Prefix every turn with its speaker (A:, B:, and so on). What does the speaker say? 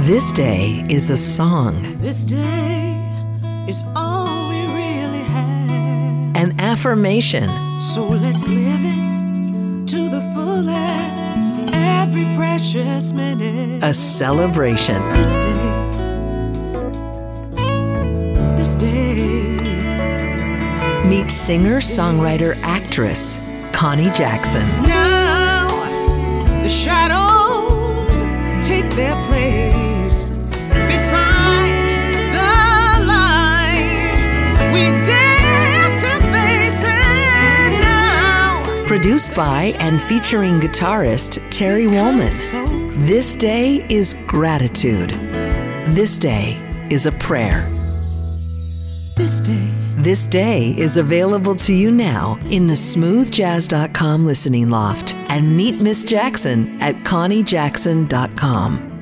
A: This day is a song,
B: This day is all we really have.
A: an affirmation,
B: So let's live it to the fullest, every precious minute.
A: a celebration.
B: This day, this day.
A: Meet singer, songwriter, actress Connie Jackson.
B: Now the shadows take their place beside the light. We dare to face it now.
A: Produced by and featuring guitarist Terry Woolman.
B: So
A: This day is gratitude. This day is a prayer.
B: this day.
A: This day is available to you now in the smoothjazz.com listening loft and meet Miss Jackson at conniejackson.com.